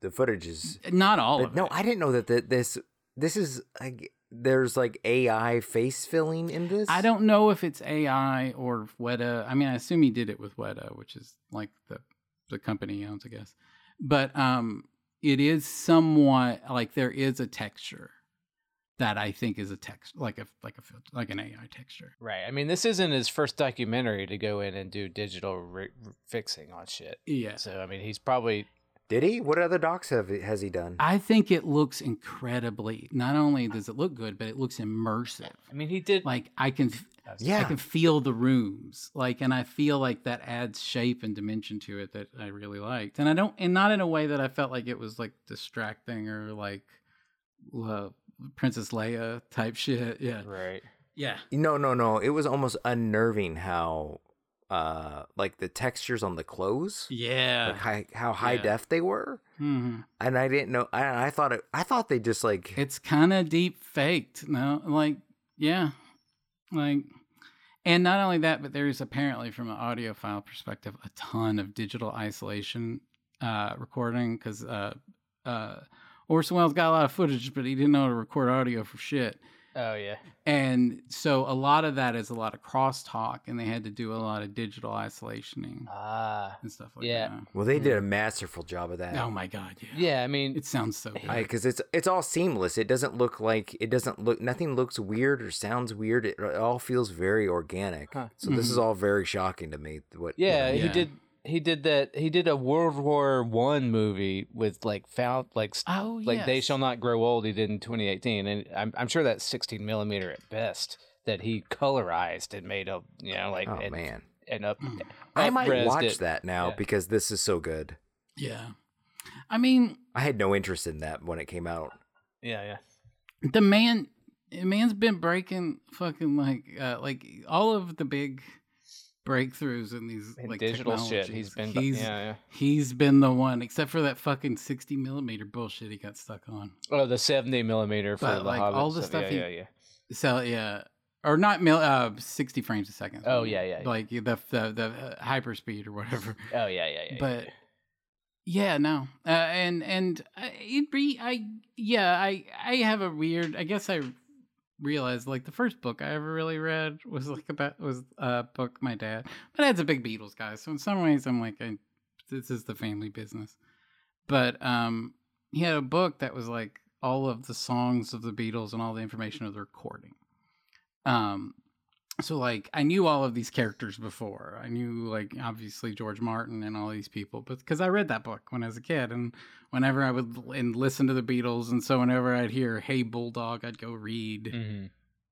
S2: the footage is.
S1: not all
S2: But
S1: of
S2: no,
S1: it.
S2: I didn't know that the, this this is like there's like AI face filling in this.
S1: I don't know if it's AI or Weta. I mean, I assume he did it with Weta, which is like the the company he owns, I guess. But um, it is somewhat like there is a texture that I think is a text like a like a fil- like an AI texture.
S3: Right. I mean, this isn't his first documentary to go in and do digital re- re- fixing on shit.
S1: Yeah,
S3: So I mean, he's probably
S2: Did he? What other docs have has he done?
S1: I think it looks incredibly. Not only does it look good, but it looks immersive.
S3: I mean, he did.
S1: Like I can f- I
S2: yeah,
S1: can feel the rooms, like, and I feel like that adds shape and dimension to it that I really liked, and I don't, and not in a way that I felt like it was like distracting or like uh, Princess Leia type shit. Yeah,
S3: right.
S1: yeah,
S2: no, no, no. It was almost unnerving how, uh, like the textures on the clothes, like
S1: yeah.
S2: hi- how high
S1: Yeah.
S2: def they were,
S1: Mhm.
S2: and I didn't know. I, I thought it. I thought they just like
S1: It's kind of deep faked, no? Like, yeah, like, and not only that, but there is apparently, from an audiophile perspective, a ton of digital isolation uh, recording because uh, uh, Orson Welles got a lot of footage, but he didn't know how to record audio for shit.
S3: Oh yeah.
S1: And so a lot of that is a lot of crosstalk, and they had to do a lot of digital isolationing
S3: Ah.
S1: and stuff like
S3: Yeah.
S1: that.
S2: well, they did a masterful job of that.
S1: Oh my god, yeah.
S3: yeah. I mean,
S1: It sounds so good.
S2: because it's it's all seamless. It doesn't look like it doesn't look. Nothing looks weird or sounds weird. It, it all feels very organic.
S3: Huh.
S2: So this is all very shocking to me. What? you
S3: yeah,
S2: know.
S3: he
S1: Yeah.
S3: did. He did that. He did a World War One movie with like found like s-
S1: oh,
S3: like they
S1: yes.
S3: shall not grow old. He did in 2018, and I'm I'm sure that's 16 millimeter at best that he colorized and made up. You know, like
S2: Oh
S3: and,
S2: man,
S3: and up.
S1: Mm,
S2: I might
S3: up-resed
S2: watch
S3: it.
S2: that now
S3: Yeah.
S2: because this is so good.
S1: Yeah. I mean,
S2: I had no interest in that when it came out.
S3: Yeah, yeah.
S1: the man the man's been breaking fucking like uh like all of the big breakthroughs in these
S3: And
S1: like
S3: digital shit.
S1: technologies.
S3: He's been.
S1: he's,
S3: yeah, yeah.
S1: he's been the one except for that fucking 60 millimeter bullshit he got stuck on
S3: Oh, the 70 millimeter for
S1: But,
S3: the
S1: like,
S3: Hobbit
S1: all the stuff
S3: yeah,
S1: he-
S3: yeah, yeah.
S1: so yeah or not mil uh 60 frames a second
S3: Oh, yeah, yeah, yeah.
S1: like the the the uh, hyperspeed or whatever
S3: Oh yeah, yeah, yeah.
S1: but yeah no uh, and and uh, it be i yeah i i have a weird i guess i realized like the first book i ever really read was like about was a book my dad my dad's a big beatles guy so in some ways i'm like I, this is the family business but um he had a book that was like all of the songs of the beatles and all the information of the recording um so like I knew all of these characters before. I knew like obviously George Martin and all these people, but because I read that book when I was a kid, and whenever I would l- and listen to the Beatles, and so whenever I'd hear "Hey Bulldog," I'd go read
S3: Mm-hmm.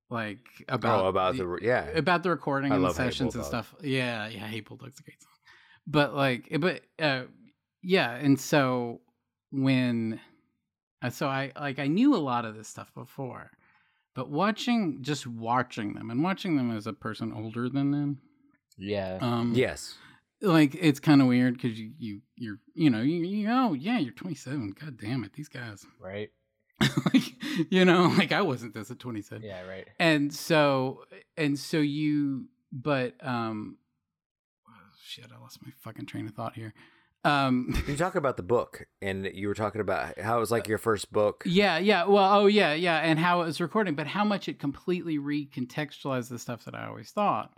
S1: like about
S2: Mm. oh, about the, yeah,
S1: about the recording
S2: I
S1: and the
S2: love Hey
S1: sessions and
S2: Bulldog.
S1: stuff. Yeah, yeah, Hey Bulldog's a great song. But like it- but uh yeah, and so when uh, so I like I knew a lot of this stuff before. But watching just watching them and watching them as a person older than them.
S3: Yeah.
S1: Um
S2: yes,
S1: like it's kind of weird cuz you you you're you know, you, you oh yeah, you're 27. God damn it, these guys.
S3: Right.
S1: like you know, like I wasn't this at 27
S3: Yeah. Right.
S1: and so and so you but um oh, shit i lost my fucking train of thought here um
S2: you talk about the book, and you were talking about how it was like your first book.
S1: yeah yeah well oh yeah yeah and how it was recording but how much it completely recontextualized the stuff that i always thought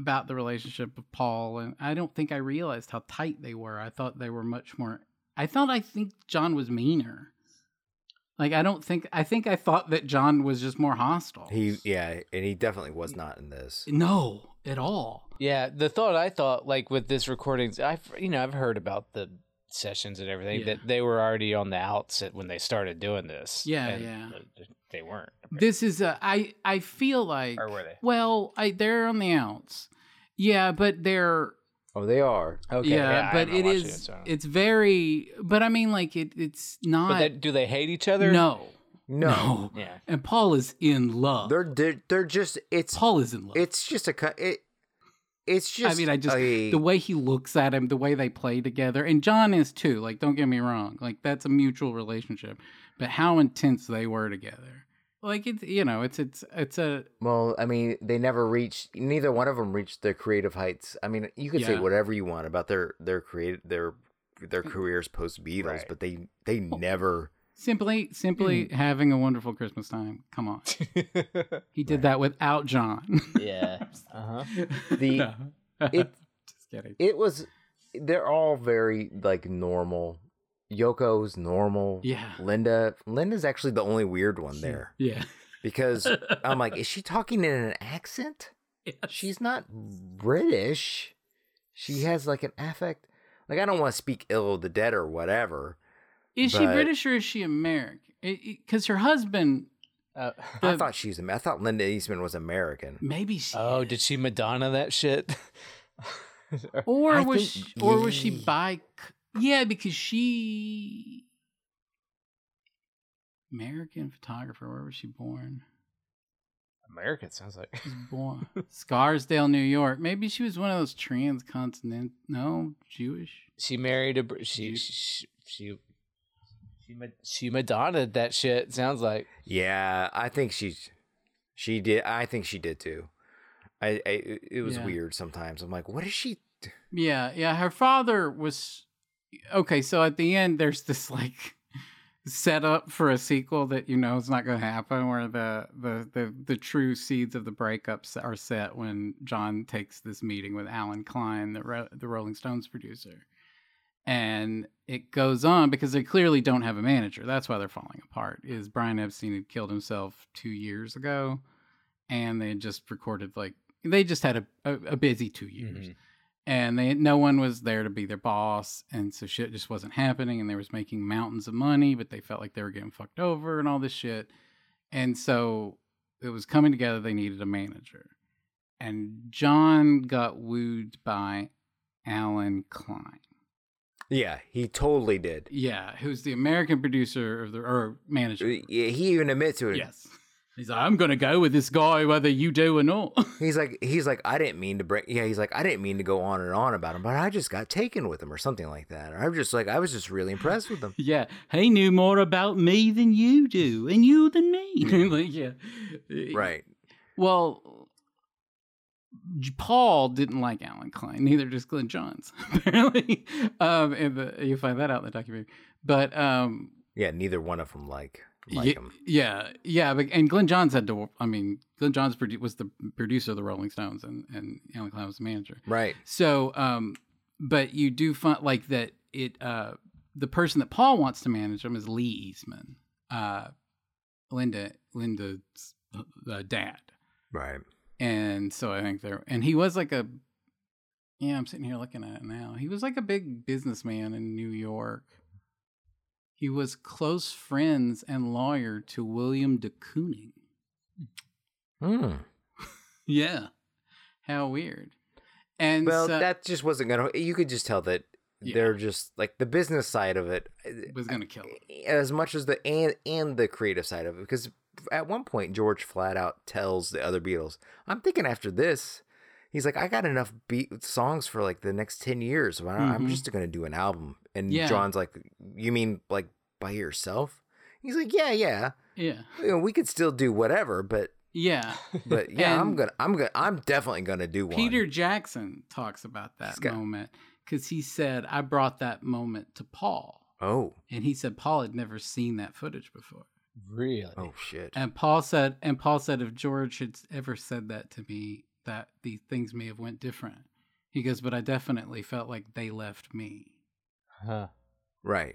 S1: about the relationship of paul and i don't think i realized how tight they were i thought they were much more i thought i think john was meaner like i don't think i think i thought that john was just more hostile
S2: He yeah, and he definitely was not in this.
S1: no at all
S3: Yeah. The thought I thought, like with this recordings, I've you know I've heard about the sessions and everything
S1: Yeah.
S3: that they were already on the outs at- when they started doing this.
S1: Yeah,
S3: and
S1: yeah.
S3: th- They weren't.
S1: this is a I I feel like
S3: Or were they?
S1: well I they're on the outs, yeah, but they're
S2: Oh, they are.
S3: Okay.
S1: yeah,
S3: I
S1: but
S3: haven't
S1: it
S3: watched
S1: is
S3: so I don't-
S1: it's very but I mean like it it's not
S3: But that, do they hate each other?
S1: no
S2: No,
S3: Yeah.
S1: and Paul is in love
S2: they're they're, they're just it's
S1: Paul is in love
S2: it's just a cut. It it's just.
S1: I mean, I just
S2: a-
S1: the way he looks at him, the way they play together, and John is too. Like, don't get me wrong, like that's a mutual relationship, but how intense they were together. Like it's you know it's it's it's a
S2: Well, I mean, they never reached. Neither one of them reached their creative heights. I mean, you can say
S1: Yeah. Mm.
S2: whatever you want about their their creative their their careers post Beatles,
S3: Right.
S2: but they they
S1: Oh.
S2: never.
S1: simply simply
S3: Hmm.
S1: having a wonderful Christmas time. Come on. He did
S2: Right.
S1: that without John.
S3: yeah. Uh huh.
S2: The-
S1: No.
S2: it-
S1: just kidding.
S2: It was. They're all very like normal. Yoko's normal.
S1: Yeah.
S2: Linda Linda's actually the only weird one there
S1: Yeah.
S2: because I'm like, is she talking in an accent? She's not British. She has like an affect. Like I don't want to speak ill of the dead or whatever.
S1: is she
S2: but-
S1: British or is she American? Because her husband,
S3: Uh,
S2: I
S1: the-
S2: thought she was. Am- I thought Linda Eastman was American.
S1: maybe she.
S3: oh, did she Madonna that shit?
S1: or
S2: I
S1: was
S2: think-
S1: she, or was she
S2: yeah.
S1: bi? Yeah, because she American photographer. Where was she born?
S3: American sounds like.
S1: She was born Scarsdale, New York. Maybe she was one of those transcontinent. No, Jewish.
S3: She married a. Br- She
S1: You-
S3: she she she, Ma- she Madonna that shit. Sounds like.
S2: Yeah, I think she, she did. I think she did too. I, I it- it was
S1: Yeah.
S2: weird sometimes. I'm like, what is she?
S1: Yeah, yeah. Her father was okay. So at the end, there's this like setup for a sequel that you know is not going to happen, where the, the the the true seeds of the breakups are set when John takes this meeting with Alan Klein, the Ro- the Rolling Stones producer, and it goes on because they clearly don't have a manager. That's why they're falling apart. Is Brian Epstein had killed himself two years ago, and they had just recorded like they just had a a, a busy two years and they no one was there to be their boss and so shit just wasn't happening and they was making mountains of money but they felt like they were getting fucked over and all this shit and so it was coming together they needed a manager and john got wooed by alan klein
S2: Yeah, he totally did. Uh,
S1: yeah who's the american producer of the or manager
S2: Yeah, He even admits to it.
S1: yes he's like i'm gonna go with this guy whether you do or not
S2: He's like, he's like, I didn't mean to break. Yeah, he's like, I didn't mean to go on and on about him, but I just got taken with him or something like that. Or I'm just like, I was just really impressed with him.
S1: Yeah, he knew more about me than you do, and you than me.
S2: Hmm.
S1: like, yeah,
S2: Right.
S1: Well, J- Paul didn't like Alan Klein, neither does Glenn Johns. Apparently, um, in the, you find that out in the documentary. But um,
S2: Yeah, neither one of them like like
S1: ye-
S2: him.
S1: yeah, yeah, but, and Glenn Johns had to. I mean, Glenn Johns produ- was the producer of the Rolling Stones, and and Alan Klein was the manager.
S2: Right.
S1: So, um, but you do find like that it uh, the person that Paul wants to manage him is Lee Eastman, uh, Linda Linda's uh, dad,
S2: Right.
S1: and so I think there. And he was like a, yeah, I'm sitting here looking at it now. He was like a big businessman in New York. He was close friends and lawyer to William de Kooning.
S2: Hmm.
S1: Yeah, how weird. And
S2: Well,
S1: so,
S2: that just wasn't gonna. You could just tell that
S1: Yeah.
S2: they're just like the business side of it, uh, eh,
S1: was gonna kill him.
S2: as much as the and and the creative side of it. Because at one point, George flat out tells the other Beatles, "I'm thinking after this." He's like, I got enough beat songs for like the next ten years. Why not- I'm
S1: Mhm.
S2: just gonna do an album. And
S1: Yeah.
S2: John's like, "You mean like by yourself?" He's like, "Yeah, yeah.
S1: Yeah,
S2: You know, we could still do whatever, but
S1: yeah.
S2: but yeah, I'm
S1: And-
S2: gonna, I'm gonna, I'm definitely gonna do one."
S1: Peter Jackson talks about
S2: He's
S1: that
S2: got-
S1: moment because he said, "I brought that moment to Paul."
S2: Oh,
S1: And he said Paul had never seen that footage before.
S3: Really?
S2: oh shit.
S1: And Paul said, and Paul said, if George had ever said that to me, that these things may have went different. He goes, but I definitely felt like they left me.
S3: Huh.
S2: Right.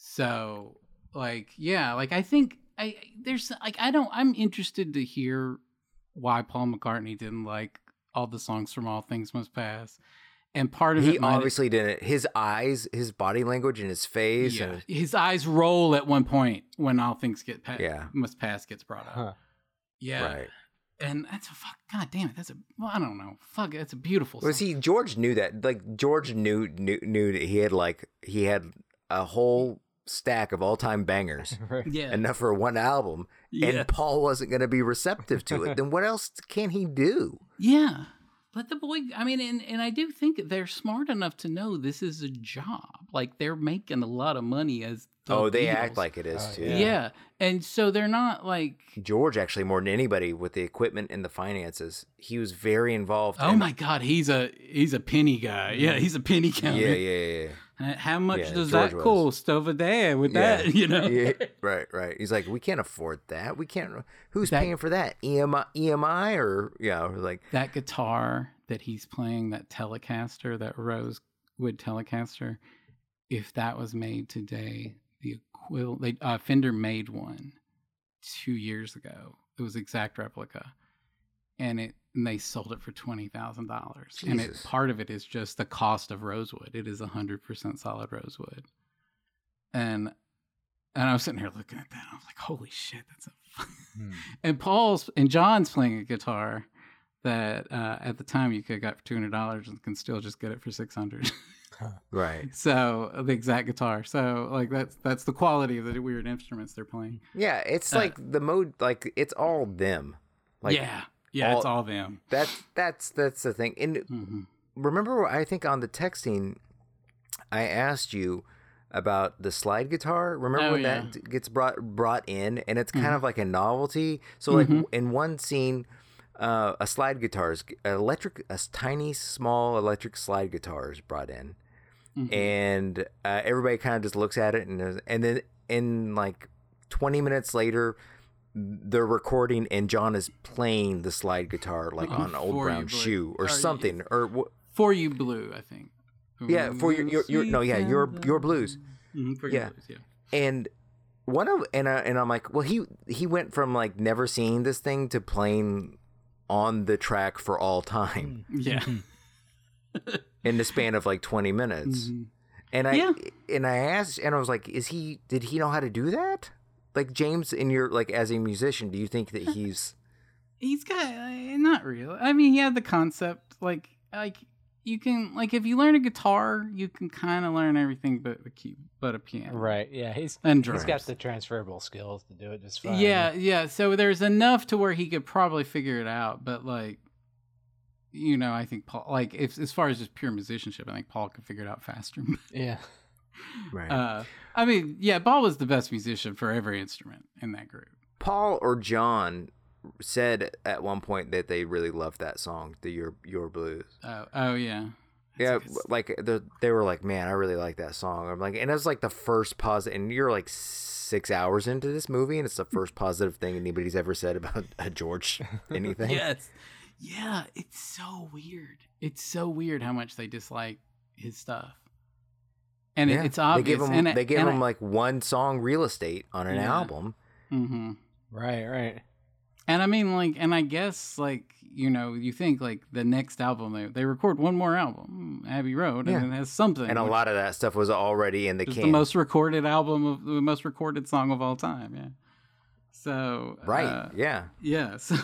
S1: So, like, yeah, like I think I there's like I don't I'm interested to hear why Paul McCartney didn't like all the songs from All Things Must Pass, and part of
S2: He
S1: it might-
S2: obviously didn't. His eyes, his body language, and his face.
S1: yeah,
S2: and-
S1: his eyes roll at one point when All Things Get Pass
S2: Yeah.
S1: Must Pass gets brought up.
S3: Huh.
S1: Yeah,
S2: Right.
S1: and that's a fuck. God damn it, that's a. Well, I don't know. Fuck, that's a beautiful.
S2: Well,
S1: song.
S2: see, George knew that. Like George knew knew knew that he had like he had a whole stack of all time bangers,
S3: Right.
S1: Yeah.
S2: enough for one album,
S1: yeah.
S2: and Paul wasn't going to be receptive to it. then what else can he do?
S1: yeah. But the boy, I mean, and, and I do think they're smart enough to know this is a job. Like they're making a lot of money as. the
S2: oh, they
S1: Beatles.
S2: act like it is
S3: Oh,
S2: too.
S1: Yeah.
S3: yeah.
S1: and so they're not like.
S2: George actually more than anybody with the equipment and the finances, he was very involved.
S1: Oh
S2: in-
S1: my God, he's a he's a penny guy. Yeah, he's a penny
S2: Yeah,
S1: counter.
S2: yeah, yeah,
S1: Uh, How much
S2: Yeah,
S1: does
S2: George
S1: that
S2: was.
S1: cost over there with
S2: Yeah.
S1: that? You know.
S2: yeah. yeah. Right, right. He's like, we can't afford that. We can't. Who's
S1: That-
S2: paying for that? E EMI, EMI, or yeah, or like
S1: that guitar that he's playing, that Telecaster, that rosewood Telecaster, if that was made today, the equivalent, they, uh, Fender made one two years ago. It was exact replica, and it and they sold it for twenty thousand dollars. And it,
S2: Jesus.
S1: part of it is just the cost of rosewood. It is hundred percent solid rosewood, and and I was sitting here looking at that. I was like, holy shit, that's a.
S3: Hmm.
S1: and Paul's and John's playing a guitar that uh, at the time you could have got for two hundred dollars and can still just get it for six hundred.
S2: right.
S1: so uh, the exact guitar. So like that's that's the quality of the weird instruments they're playing.
S2: Yeah, it's
S1: Uh,
S2: like the mode. Like it's all them. Like
S1: yeah, yeah, it's
S2: all-
S1: all them.
S2: that's that's that's the thing. And
S1: hmm
S2: remember, I think on the texting, I asked you about the slide guitar. Remember
S1: Oh,
S2: when
S1: yeah. Mm-hmm.
S2: that gets brought brought in, and it's kind of like a novelty. So like
S1: Mhm.
S2: in one scene. Uh, a slide guitar is an electric, a tiny, small electric slide guitar is brought in,
S1: Mm-hmm.
S2: and uh, everybody kind of just looks at it and there's- and then in like 20 minutes later they're recording and John is playing the slide guitar
S1: Oh,
S2: like on old
S1: For You
S2: brown
S1: Blue.
S2: shoe or
S1: Or you-
S2: something or wh-
S1: For you, blue, I think.
S2: Yeah, For Your- Your- Your- no, yeah, Your- Your Blues.
S1: Mhm, for
S2: Yeah.
S1: your blues, yeah.
S2: and one of and I, and I'm like well he he went from like never seeing this thing to playing on the track for all
S3: Mm.
S2: time
S1: Yeah.
S3: Mm-hmm.
S2: in the span of like 20 minutes
S1: Mhm.
S2: And I
S1: Yeah.
S2: and I asked and I was like, is he did he know how to do that? Like James in your like as a musician, do you think that he's
S1: He's got uh, not real. I mean, he had the concept like like you can like if you learn a guitar, you can kind of learn everything but a key, but a piano
S3: Right. Yeah. He's
S1: and
S3: he's
S1: drums.
S3: got the transferable skills to do it just fine.
S1: yeah, yeah. So there's enough to where he could probably figure it out, but like you know, I think Paul like if as far as just pure musicianship, I think Paul could figure it out faster.
S3: Yeah.
S2: right.
S1: uh, I mean, yeah, Paul was the best musician for every instrument in that group.
S2: Paul or John said at one point that they really loved that song, the Your Your Blues.
S1: Oh, oh yeah.
S2: yeah,
S1: That's a good-
S2: like the, they were like, man, I really like that song. I'm like, and that's like the first positive. And you're like six hours into this movie, and it's the
S1: Mm.
S2: first positive thing anybody's ever said about a George anything.
S1: Yes. Yeah, it's so weird. It's so weird how much they dislike his stuff. And it-
S2: Yeah.
S1: it's obvious.
S2: They gave him
S1: and I-
S2: they gave
S1: and
S2: him
S1: I-
S2: like one song, Real Estate, on an
S1: Yeah.
S2: album.
S1: Mhm.
S3: Right. Right.
S1: And I mean, like, and I guess, like, you know, you think like the next album they they record one more album, Abbey Road,
S2: Yeah.
S1: and it has something.
S2: and a
S1: which
S2: lot of that stuff was already in the
S1: is
S2: can.
S1: the most recorded album of the most recorded song of all time. Yeah. So
S2: right?
S1: uh,
S2: yeah.
S1: yeah. So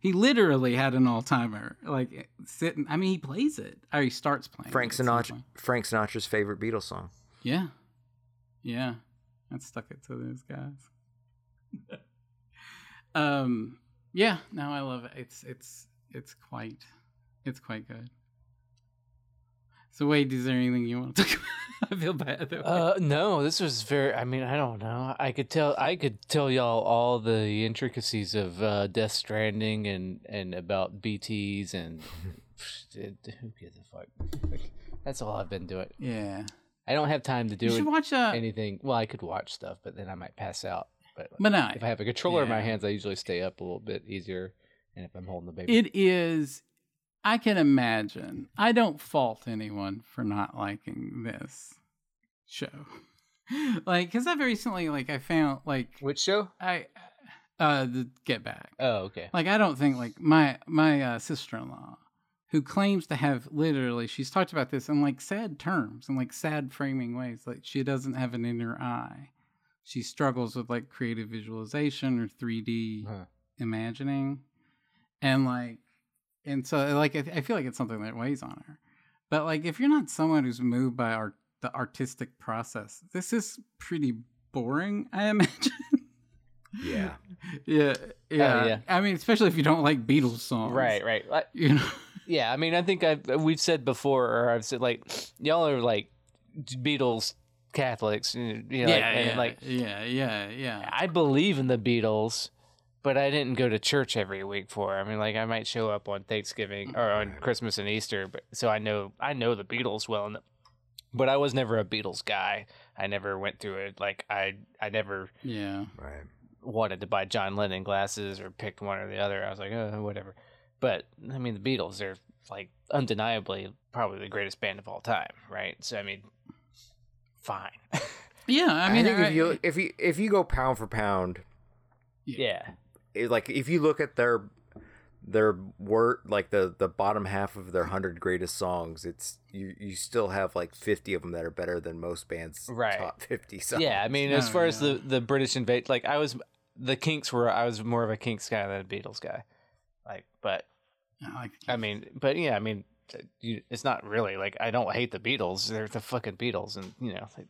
S1: he literally had an all timer like sitting. I mean, he plays it or he starts playing.
S2: Frank
S1: it at some
S2: Sinatra.
S1: point.
S2: Frank Sinatra's favorite Beatles song.
S1: Yeah. Yeah. I stuck it to those guys. um yeah, no, I love it. It's it's it's quite it's quite good. So wait, is there anything you want to talk about? I feel bad that
S3: Uh, no, this was very. I mean, I don't know. I could tell. I could tell y'all all the intricacies of uh, Death Stranding and and about BTS and Dude, who gives a fuck. That's all I've been doing.
S1: Yeah.
S3: I don't have time to
S1: You
S3: do
S1: should
S3: it-
S1: watch uh
S3: anything. Well, I could watch stuff, but then I might pass out. But
S1: Manai.
S3: if I have a controller in my
S1: Yeah.
S3: hands, I usually stay up a little bit easier. And if I'm holding the baby,
S1: It is. I can imagine. I don't fault anyone for not liking this show. Like, because I've recently, like, I found, like,
S3: which show?
S1: I, uh, the Get Back.
S3: Oh, okay.
S1: Like, I don't think, like, my, my uh, sister in law, who claims to have literally, she's talked about this in, like, sad terms and, like, sad framing ways. Like, she doesn't have an inner eye. She struggles with, like, creative visualization or 3D
S3: Huh.
S1: imagining and like and so like I, I feel like it's something that weighs on her but like if you're not someone who's moved by art the artistic process this is pretty boring i imagine
S2: Yeah.
S1: yeah yeah.
S3: Oh, yeah.
S1: i mean especially if you don't like beatles songs
S3: Right, right. Like,
S1: you know
S3: Yeah, I mean, I think I've we've said before, or I've said like, y'all are like Beatles Catholics. You know, like, and,
S1: yeah,
S3: like
S1: yeah yeah yeah
S3: I believe in the Beatles, but I didn't go to church every week for. 'em. I mean, like I might show up on Thanksgiving or on Christmas and Easter, but so I know I know the Beatles well, enough. but I was never a Beatles guy. I never went through it. Like I I never
S1: yeah
S2: Right.
S3: wanted to buy John Lennon glasses or picked one or the other. I was like, oh, whatever. But I mean, the Beatles are like undeniably probably the greatest band of all time, right? So I mean, fine.
S1: yeah
S2: I
S1: i
S2: mean,
S1: mean
S2: think
S1: I-
S2: if you if you if you go pound for pound,
S3: yeah.
S2: it- like if you look at their their work, like the the bottom half of their hundred greatest songs, it's you you still have like fifty of them that are better than most bands'
S3: Right.
S2: top fifty songs.
S3: Yeah, I mean, as
S1: No,
S3: far as
S1: yeah.
S3: the the British invade, like I was, the Kinks were, I was more of a Kinks guy than a Beatles guy. Like, but
S1: I like the
S3: I mean, but yeah, I mean, t- you, it's not really like I don't hate the Beatles. They're the fucking Beatles, and you know, like,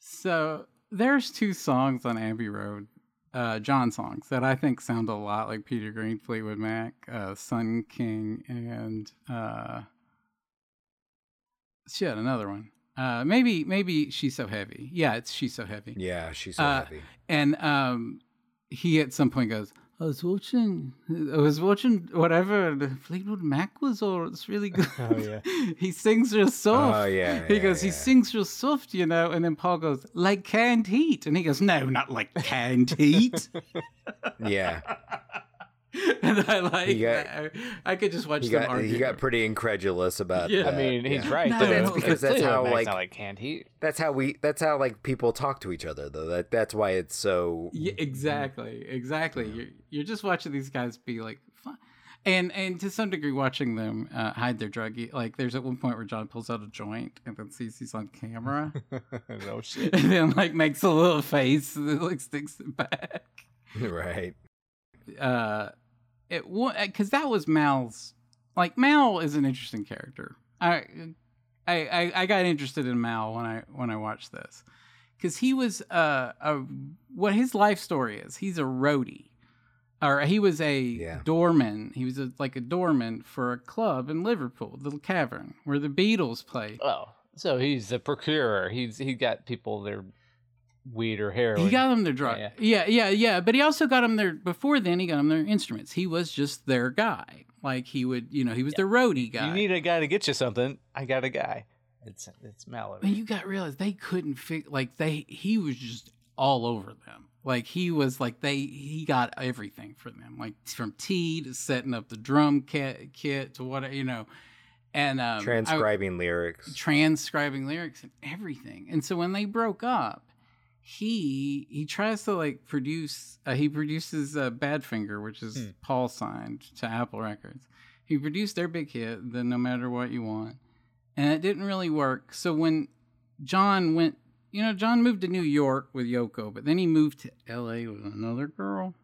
S1: So there's two songs on Abbey Road, uh, John songs that I think sound a lot like Peter Green, Fleetwood Mac, uh, Sun King, and uh, shit, another one. Uh, maybe maybe she's so heavy. Yeah, it's she's so heavy.
S2: yeah, she's so
S1: Uh,
S2: heavy.
S1: And um, he at some point goes, I was watching, I was watching whatever the Fleetwood Mac was, or it's really good.
S3: Oh, yeah.
S1: he sings real soft.
S2: Oh, yeah,
S1: He
S2: yeah,
S1: goes, he
S2: yeah.
S1: sings real soft, you know. And then Paul goes, like canned heat. And he goes, no, not like canned heat.
S2: Yeah,
S1: and I like,
S2: He got-
S1: that. I, I could just watch
S2: he
S1: them
S2: got
S1: argue.
S2: he got pretty incredulous about.
S1: Yeah.
S2: that,
S3: I mean, he's
S2: yeah.
S3: right.
S1: No,
S3: though.
S1: but that's
S2: because that's
S3: Fleetwood
S2: how,
S3: Mac's
S2: like-
S3: not like can't he?
S2: That's how we. That's how like people talk to each other though. That that's why it's so.
S1: Yeah, exactly, exactly. You're you're just watching these guys be like, fun. and and to some degree, watching them uh, hide their drug. e- Like, there's at one point where John pulls out a joint and then sees he's on camera,
S3: no shit.
S1: and then like makes a little face and then like sticks it back.
S2: Right.
S1: Uh, it because that was Mal's. Like Mal is an interesting character. I I I, I got interested in Mal when I when I watched this because he was uh a what his life story is. He's a roadie, or he was a
S2: Yeah.
S1: doorman. He was a, like a doorman for a club in Liverpool, the Cavern, where the Beatles played.
S3: Oh, so he's the procurer. He's he got people their weed or heroin.
S1: He got them their drug.
S3: Yeah,
S1: Yeah, yeah, yeah, But he also got them their before then. He got them their instruments. He was just their guy. Like he would, you know, he was their roadie guy.
S3: you need a guy to get you something. I got a guy. It's it's
S1: Man,
S3: Mallory.
S1: you got to realize they couldn't figure like they he was just all over them. Like he was like they he got everything for them, like from tea to setting up the drum kit, kit to what you know, and um, I-
S2: Transcribing lyrics.
S1: transcribing lyrics and everything. And so when they broke up, he he tries to like produce uh, he produces uh, Badfinger, which is
S4: Hmm.
S1: Paul signed to Apple Records. He produced their big hit, the No Matter What You Want, and it didn't really work. So when John went, you know, John moved to New York with Yoko, but then he moved to L.A. with another girl.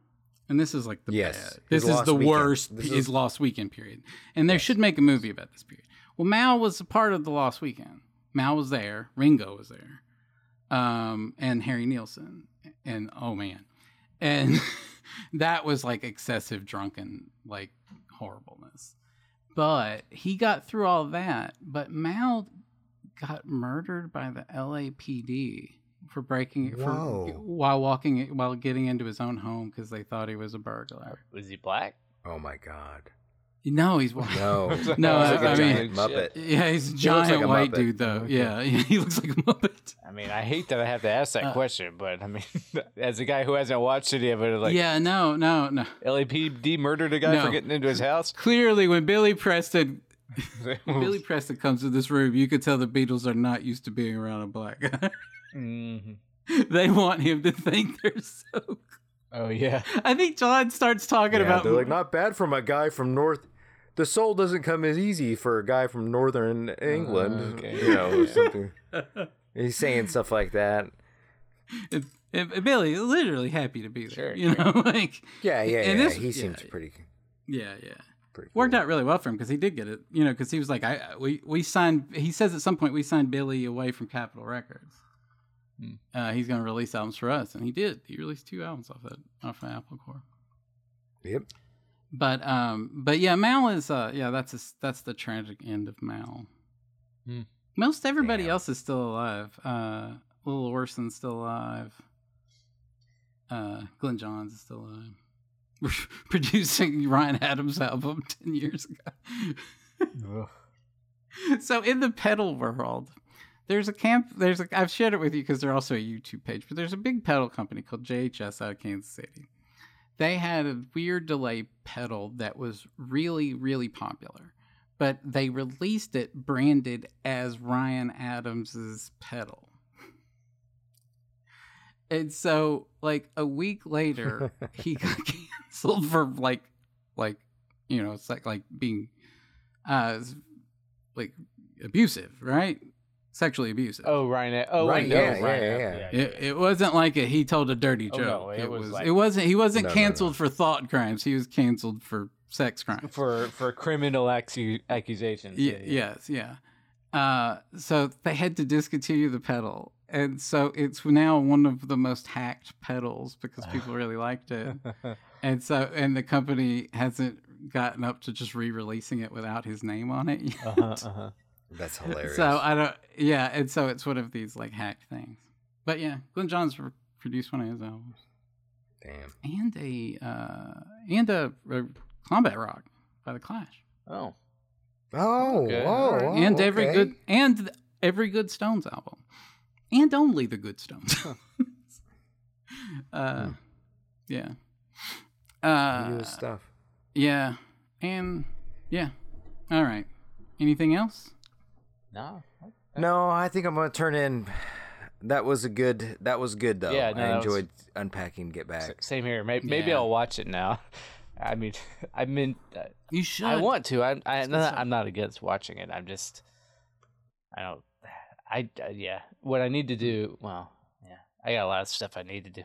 S1: And this is like the
S2: Yes.
S1: bad. This
S2: His
S1: is
S2: lost
S1: the
S2: weekend.
S1: worst.
S2: This
S1: His
S2: is-
S1: lost weekend period, and they should make a movie about this period. Well, Mal was a part of the lost weekend. Mal was there. Ringo was there um, and Harry Nielsen, and oh man, and that was like excessive drunken like horribleness. But he got through all that. But Mal got murdered by the LAPD for breaking it for
S2: Whoa.
S1: while walking it while getting into his own home because they thought he was a burglar.
S3: Was he black?
S2: Oh my god.
S1: No, he's white.
S2: No.
S3: Looks like
S1: No,
S2: He's like a
S1: I- I
S2: giant
S3: mean-
S2: Muppet.
S1: Yeah, he's a
S2: He looks like
S1: giant
S2: a
S1: white
S2: Muppet.
S1: dude though.
S2: Okay.
S1: Yeah, he looks like a Muppet.
S3: I mean, I hate that I have to ask that
S1: Uh,
S3: question, but I mean, as a guy who hasn't watched any of it, like
S1: yeah, no, no, no.
S3: LAPD murdered a guy
S1: No.
S3: for getting into his house.
S1: Clearly, when Billy Preston Billy Preston comes to this room, you could tell the Beatles are not used to being around a black guy.
S3: Mhm.
S1: they want him to think they're so.
S3: Oh yeah.
S1: I think John starts talking
S2: Yeah,
S1: about
S2: they're like not bad from a guy from north. The soul doesn't come as easy for a guy from northern England,
S3: Oh, okay.
S2: you know, or something. He's saying stuff like that.
S1: If- if- Billy is literally happy to be there.
S3: Sure,
S1: you know, like
S2: Yeah, yeah, yeah.
S1: And this-
S2: he
S1: yeah,
S2: seems
S1: yeah.
S2: pretty.
S1: yeah, yeah.
S2: pretty cool.
S1: Worked out really well for him because he did get it. You know, because he was like, I I- we we signed. He says at some point we signed Billy away from Capitol Records.
S3: Hmm.
S1: Uh, he's going to release albums for us, and he did. He released two albums off that off of Apple Corps.
S2: Yep.
S1: But um, but yeah, Mal is uh, yeah, that's a, that's the tragic end of Mal.
S3: Hmm.
S1: Most everybody
S2: Damn.
S1: else is still alive. Uh, Little Orson's still alive. Uh, Glenn Johns is still alive. We're producing Ryan Adams' album ten years ago. so in the pedal world, there's a camp. There's a I've shared it with you because they're also a YouTube page. But there's a big pedal company called JHS out of Kansas City. They had a weird delay pedal that was really really popular, but they released it branded as Ryan Adams's pedal. And so, like a week later, he got canceled for like, like, you know, it's like like being, uh, like abusive, right? Sexually abusive.
S3: Oh Ryan. Oh
S2: Right,
S3: wait,
S2: yeah,
S3: no,
S2: yeah,
S3: Ryan.
S2: yeah,
S3: Adams.
S2: yeah.
S1: It, it wasn't like a, he told a dirty
S3: Oh,
S1: joke.
S3: no,
S1: it,
S3: it was
S1: was.
S3: like-
S1: it wasn't. He wasn't
S2: No, no, no.
S1: canceled for thought crimes. He was canceled for sex crimes.
S3: for for criminal accu- accusations.
S1: Ye- Yes, yeah. Uh, so they had to discontinue the pedal, and so it's now one of the most hacked pedals because people really liked it,
S3: Uh-huh,
S1: and so and the company hasn't gotten up to just re-releasing it without his name on it yet.
S3: Uh-huh, uh-huh.
S2: That's hilarious.
S1: So I don't. Yeah, and so it's one of these like hacked things. But yeah, Glenn Johns re- produced one of his albums
S2: Damn.
S1: and a uh, and a, a combat rock by the Clash.
S3: Oh.
S2: Oh,
S3: Okay.
S2: whoa, whoa,
S1: and every
S2: okay.
S1: good and th- every good Stones album, and only the good Stones.
S2: Hmm.
S1: uh, yeah,
S2: He knew
S1: uh,
S2: his stuff.
S1: yeah, and yeah. All right. Anything else?
S3: No. uh,
S2: No, I think I'm gonna turn in. That was a good. That was good though.
S3: Yeah, no,
S2: I
S3: that was-
S2: enjoyed unpacking Get Back.
S3: Same here. Maybe, maybe
S1: Yeah.
S3: I'll watch it now. I mean, I mean, uh,
S1: You should.
S3: I want to. I'm I,
S1: It's good
S3: no,
S1: stuff.
S3: I'm not against watching it. I'm just I don't I uh, yeah. What I need to do. Well, yeah. I got a lot of stuff I need to do.